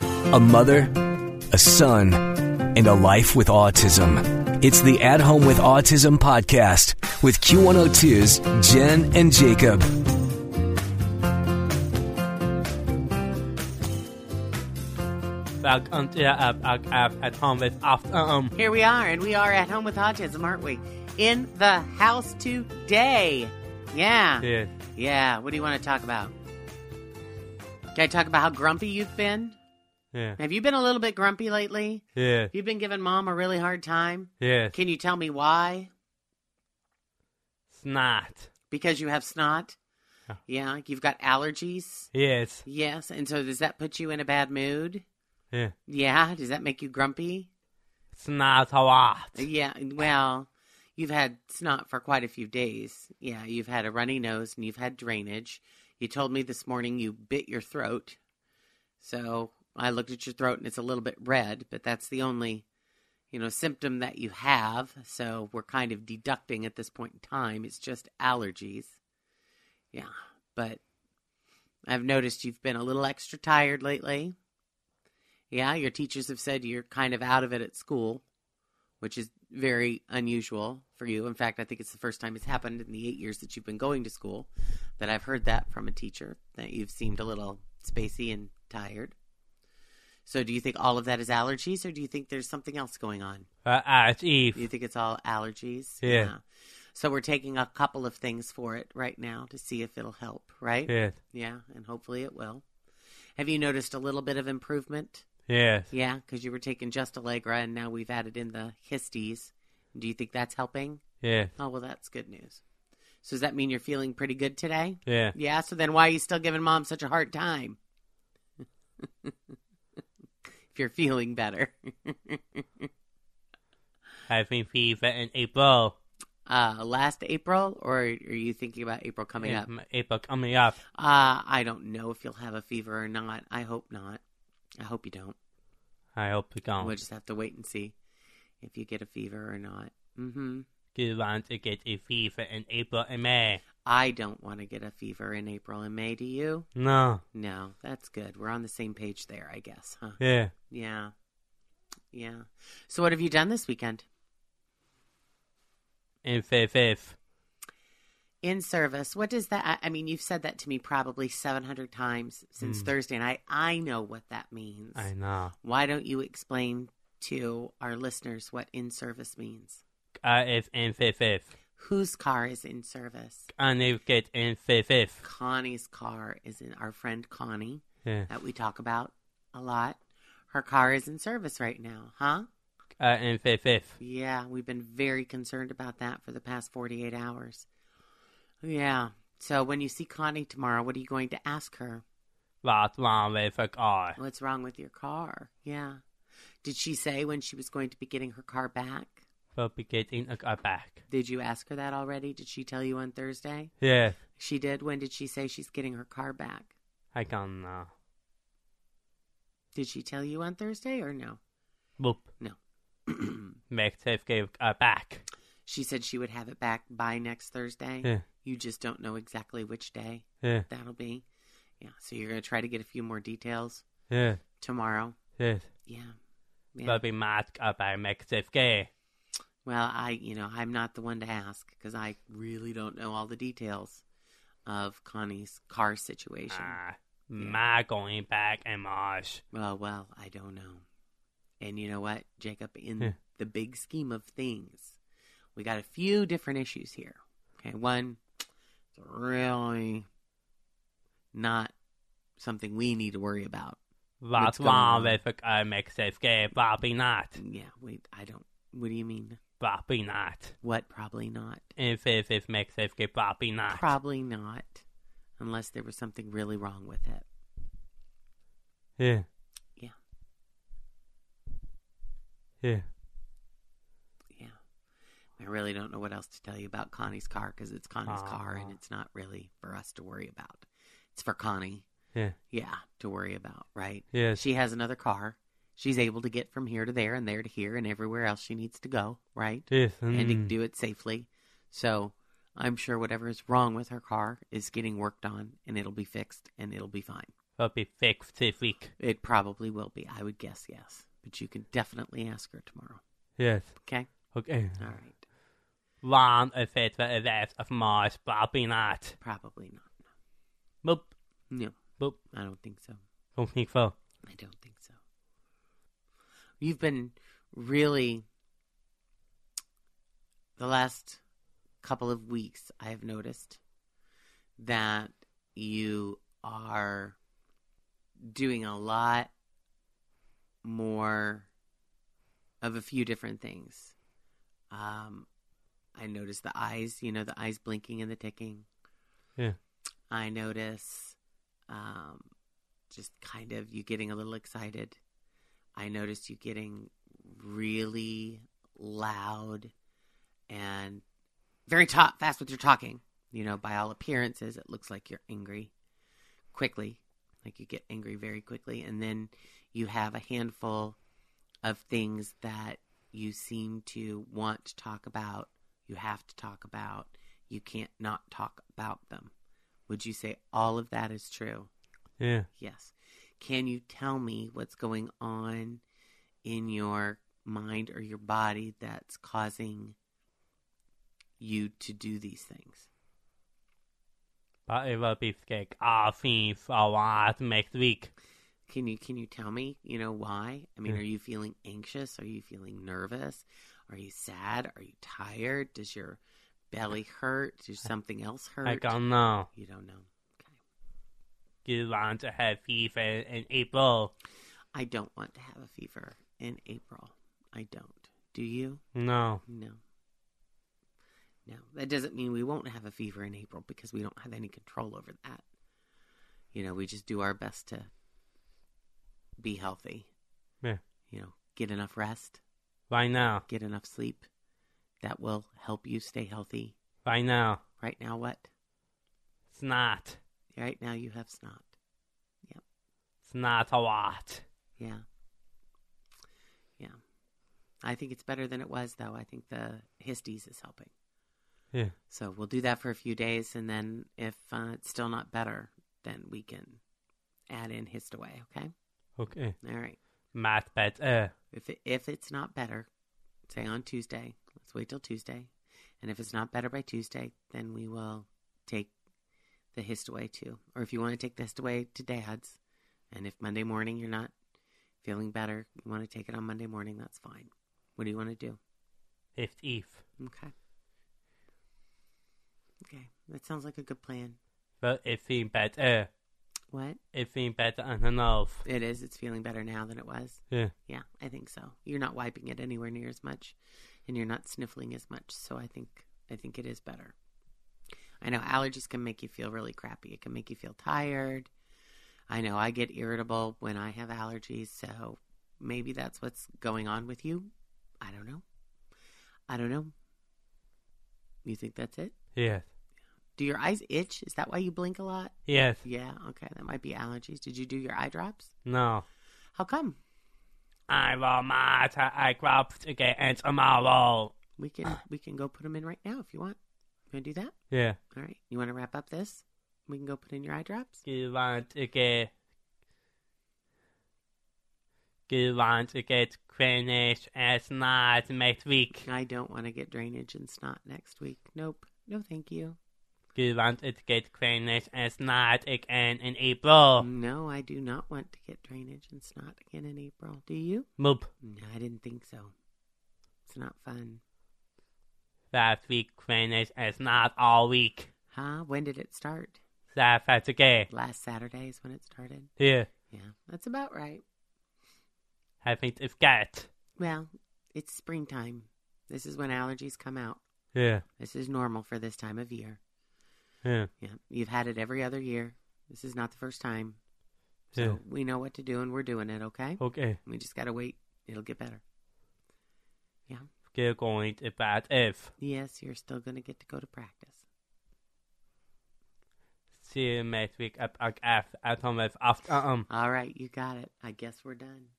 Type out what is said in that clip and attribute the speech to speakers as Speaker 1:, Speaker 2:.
Speaker 1: a mother, a son, and a life with autism. It's the At Home with Autism podcast with Q102's Jen and Jacob.
Speaker 2: uh, um, yeah, uh, uh, uh, at home with off. Um,
Speaker 3: Here we are, and we are at home with autism, aren't we? In the house today. Yeah.
Speaker 2: yeah.
Speaker 3: Yeah. What do you want to talk about? Can I talk about how grumpy you've been?
Speaker 2: Yeah.
Speaker 3: Have you been a little bit grumpy lately?
Speaker 2: Yeah.
Speaker 3: Have you been giving mom a really hard time?
Speaker 2: Yeah.
Speaker 3: Can you tell me why?
Speaker 2: Snot.
Speaker 3: Because you have snot?
Speaker 2: Yeah.
Speaker 3: Yeah. You've got allergies?
Speaker 2: Yes.
Speaker 3: Yes. And so does that put you in a bad mood?
Speaker 2: Yeah.
Speaker 3: Yeah. Does that make you grumpy?
Speaker 2: Snot a lot.
Speaker 3: Yeah, well, you've had snot for quite a few days. Yeah, you've had a runny nose and you've had drainage. You told me this morning you bit your throat. So I looked at your throat and it's a little bit red, but that's the only, you know, symptom that you have. So we're kind of deducting at this point in time it's just allergies. Yeah, but I've noticed you've been a little extra tired lately. Yeah, your teachers have said you're kind of out of it at school which is very unusual for you. In fact, I think it's the first time it's happened in the eight years that you've been going to school that I've heard that from a teacher that you've seemed a little spacey and tired. So, do you think all of that is allergies, or do you think there's something else going on?
Speaker 2: Uh, uh, it's
Speaker 3: Do you
Speaker 2: Eve.
Speaker 3: think it's all allergies?
Speaker 2: Yeah.
Speaker 3: So, we're taking a couple of things for it right now to see if it'll help, right?
Speaker 2: Yes.
Speaker 3: Yeah, and hopefully it will. Have you noticed a little bit of improvement?
Speaker 2: Yes.
Speaker 3: Yeah, because you were taking just Allegra, and now we've added in the histies. Do you think that's helping?
Speaker 2: Yeah.
Speaker 3: Oh, well, that's good news. So does that mean you're feeling pretty good today?
Speaker 2: Yeah.
Speaker 3: Yeah. So then, why are you still giving mom such a hard time? if you're feeling better.
Speaker 2: Having fever in April.
Speaker 3: Uh, last April, or are you thinking about April coming up?
Speaker 2: April- April coming up.
Speaker 3: Uh, I don't know if you'll have a fever or not. I hope not. I hope you don't.
Speaker 2: I hope you don't.
Speaker 3: We'll just have to wait and see if you get a fever or not. hmm.
Speaker 2: You want to get a fever in April and May.
Speaker 3: I don't want to get a fever in April and May, do you?
Speaker 2: No.
Speaker 3: No, that's good. We're on the same page there, I guess, huh?
Speaker 2: Yeah.
Speaker 3: Yeah. Yeah. So what have you done this weekend?
Speaker 2: In fifth. fifth.
Speaker 3: In service. What does that I I mean, you've said that to me probably 700 times since
Speaker 2: Mm.
Speaker 3: Thursday and I I know what that means.
Speaker 2: I know.
Speaker 3: Why don't you explain to our listeners what in service means?
Speaker 2: Uh, it's in fifth. fifth.
Speaker 3: Whose car is in service?
Speaker 2: And you get in fifth. fifth.
Speaker 3: Connie's car is in our friend Connie.
Speaker 2: Yeah.
Speaker 3: that we talk about a lot. Her car is in service right now, huh?
Speaker 2: Uh, in fifth. fifth.
Speaker 3: Yeah, we've been very concerned about that for the past 48 hours. Yeah. So when you see Connie tomorrow, what are you going to ask her?
Speaker 2: What's wrong with a car?
Speaker 3: What's wrong with your car? Yeah. Did she say when she was going to be getting her car back?
Speaker 2: We'll be getting a car back.
Speaker 3: Did you ask her that already? Did she tell you on Thursday?
Speaker 2: Yeah.
Speaker 3: She did. When did she say she's getting her car back?
Speaker 2: I don't know.
Speaker 3: Did she tell you on Thursday or no?
Speaker 2: Whoop.
Speaker 3: No.
Speaker 2: Make safe gave uh, back.
Speaker 3: she said she would have it back by next Thursday.
Speaker 2: Yeah.
Speaker 3: You just don't know exactly which day
Speaker 2: Yeah.
Speaker 3: that'll be. Yeah, so you're going to try to get a few more details
Speaker 2: Yeah.
Speaker 3: tomorrow.
Speaker 2: Yes.
Speaker 3: Yeah.
Speaker 2: Yeah.
Speaker 3: Yeah.
Speaker 2: We'll be mad about make safe gay.
Speaker 3: well, I, you know, I'm not the one to ask because I really don't know all the details of Connie's car situation.
Speaker 2: Ah. My going back in March.
Speaker 3: Well, Oh, well, I don't know. And you know what, Jacob, in
Speaker 2: Yeah.
Speaker 3: the big scheme of things, we got a few different issues here. Okay, one, it's really not something we need to worry about.
Speaker 2: What's
Speaker 3: What's going
Speaker 2: wrong
Speaker 3: on?
Speaker 2: with a uh, make safe gay? Probably not.
Speaker 3: Yeah, wait, I don't. What do you mean?
Speaker 2: Probably not.
Speaker 3: What? Probably not.
Speaker 2: If if if make safe gay, probably not.
Speaker 3: Probably not. Unless there was something really wrong with it.
Speaker 2: yeah.
Speaker 3: Yeah.
Speaker 2: Yeah.
Speaker 3: Yeah. I really don't know what else to tell you about Connie's car because it's Connie's car and
Speaker 2: Aw.
Speaker 3: it's not really for us to worry about. It's for Connie.
Speaker 2: Yeah.
Speaker 3: Yeah, to worry about, right?
Speaker 2: Yes.
Speaker 3: She has another car. She's able to get from here to there and there to here and everywhere else she needs to go, right?
Speaker 2: Yes.
Speaker 3: And to
Speaker 2: mm.
Speaker 3: do it safely. So I'm sure whatever is wrong with her car is getting worked on and it'll be fixed and it'll be fine.
Speaker 2: It'll be fixed this week.
Speaker 3: It probably will be. I would guess yes. But you can definitely ask her tomorrow.
Speaker 2: Yes.
Speaker 3: Okay?
Speaker 2: Okay.
Speaker 3: All right.
Speaker 2: Ron is it the 11th of March, probably not.
Speaker 3: Probably not.
Speaker 2: Boop.
Speaker 3: No,
Speaker 2: Boop.
Speaker 3: I don't think so.
Speaker 2: Don't think so.
Speaker 3: I don't think so. You've been really the last couple of weeks I have noticed that you are doing a lot more of a few different things. Um I noticed the eyes, you know, the eyes blinking and the ticking.
Speaker 2: Yeah.
Speaker 3: I notice um just kind of you getting a little excited. I noticed you getting really loud and very ta- fast with your talking. You know, by all appearances, it looks like you're angry quickly, like you get angry very quickly. And then you have a handful of things that you seem to want to talk about, you have to talk about, you can't not talk about them. Would you say all of that is true?
Speaker 2: Yeah.
Speaker 3: Yes. Can you tell me what's going on in your mind or your body that's causing you to do these things?
Speaker 2: But it will be sick. All things a lot next week.
Speaker 3: Can you can you tell me, you know, why? I mean,
Speaker 2: Yeah.
Speaker 3: are you feeling anxious? Are you feeling nervous? Are you sad? Are you tired? Does your belly hurt? Does something else hurt?
Speaker 2: I don't know.
Speaker 3: You don't know. Okay.
Speaker 2: You want to have fever in April.
Speaker 3: I don't want to have a fever in April. I don't. Do you?
Speaker 2: No.
Speaker 3: No. No. That doesn't mean we won't have a fever in April because we don't have any control over that. You know, we just do our best to be healthy,
Speaker 2: Yeah.
Speaker 3: you know, get enough rest,
Speaker 2: Right now.
Speaker 3: get enough sleep. That will help you stay healthy.
Speaker 2: Right now.
Speaker 3: Right now, what?
Speaker 2: It's not.
Speaker 3: Right now, you have snot.
Speaker 2: It's not a lot.
Speaker 3: Yeah. Yeah. I think it's better than it was, though. I think the histes is helping.
Speaker 2: Yeah.
Speaker 3: So we'll do that for a few days, and then if uh, it's still not better, then we can add in histaway. Okay.
Speaker 2: Okay.
Speaker 3: All right.
Speaker 2: Much better.
Speaker 3: If it, if it's not better, say on Tuesday. Let's wait till Tuesday, and if it's not better by Tuesday, then we will take the histaway too. Or if you want to take the histaway to Dad's, and if Monday morning you're not feeling better, you want to take it on Monday morning. That's fine. What do you want to do?
Speaker 2: If if.
Speaker 3: Okay. Okay. That sounds like a good plan.
Speaker 2: But it seems better.
Speaker 3: What?
Speaker 2: It seems better on the nose.
Speaker 3: It is. It's feeling better now than it was.
Speaker 2: Yeah.
Speaker 3: Yeah, I think so. You're not wiping it anywhere near as much, and you're not sniffling as much. So I think I think it is better. I know allergies can make you feel really crappy. It can make you feel tired. I know I get irritable when I have allergies. So maybe that's what's going on with you. I don't know. I don't know. You think that's it?
Speaker 2: Yes.
Speaker 3: Do your eyes itch? Is that why you blink a lot?
Speaker 2: Yes.
Speaker 3: Yeah. Okay, that might be allergies. Did you do your eye drops?
Speaker 2: No.
Speaker 3: How come?
Speaker 2: I will matter. I grabbed again and tomorrow.
Speaker 3: We can we can go put them in right now if you want. You want to do that?
Speaker 2: Yeah.
Speaker 3: All right. You want to wrap up this? We can go put in your eye drops.
Speaker 2: You want to get. You want to get finished as not next week.
Speaker 3: I don't want to get drainage and snot next week. Nope. No, thank you.
Speaker 2: You want to get finished as not again in April.
Speaker 3: No, I do not want to get drainage and snot again in April. Do you?
Speaker 2: Moop.
Speaker 3: No, I didn't think so. It's not fun.
Speaker 2: Last week finished as not all week.
Speaker 3: Huh? When did it start?
Speaker 2: That's that's okay.
Speaker 3: Last Saturday is when it started.
Speaker 2: Yeah.
Speaker 3: Yeah, that's about right.
Speaker 2: I think it's good.
Speaker 3: Well, it's springtime. This is when allergies come out.
Speaker 2: Yeah.
Speaker 3: This is normal for this time of year.
Speaker 2: Yeah.
Speaker 3: Yeah, you've had it every other year. This is not the first time. So
Speaker 2: Yeah.
Speaker 3: we know what to do and we're doing it, okay?
Speaker 2: Okay.
Speaker 3: We just got to wait. It'll get better.
Speaker 2: You're going to bad if.
Speaker 3: Yes, you're still going to get to go to practice.
Speaker 2: See you next week at at home with after um.
Speaker 3: All right, you got it. I guess we're done.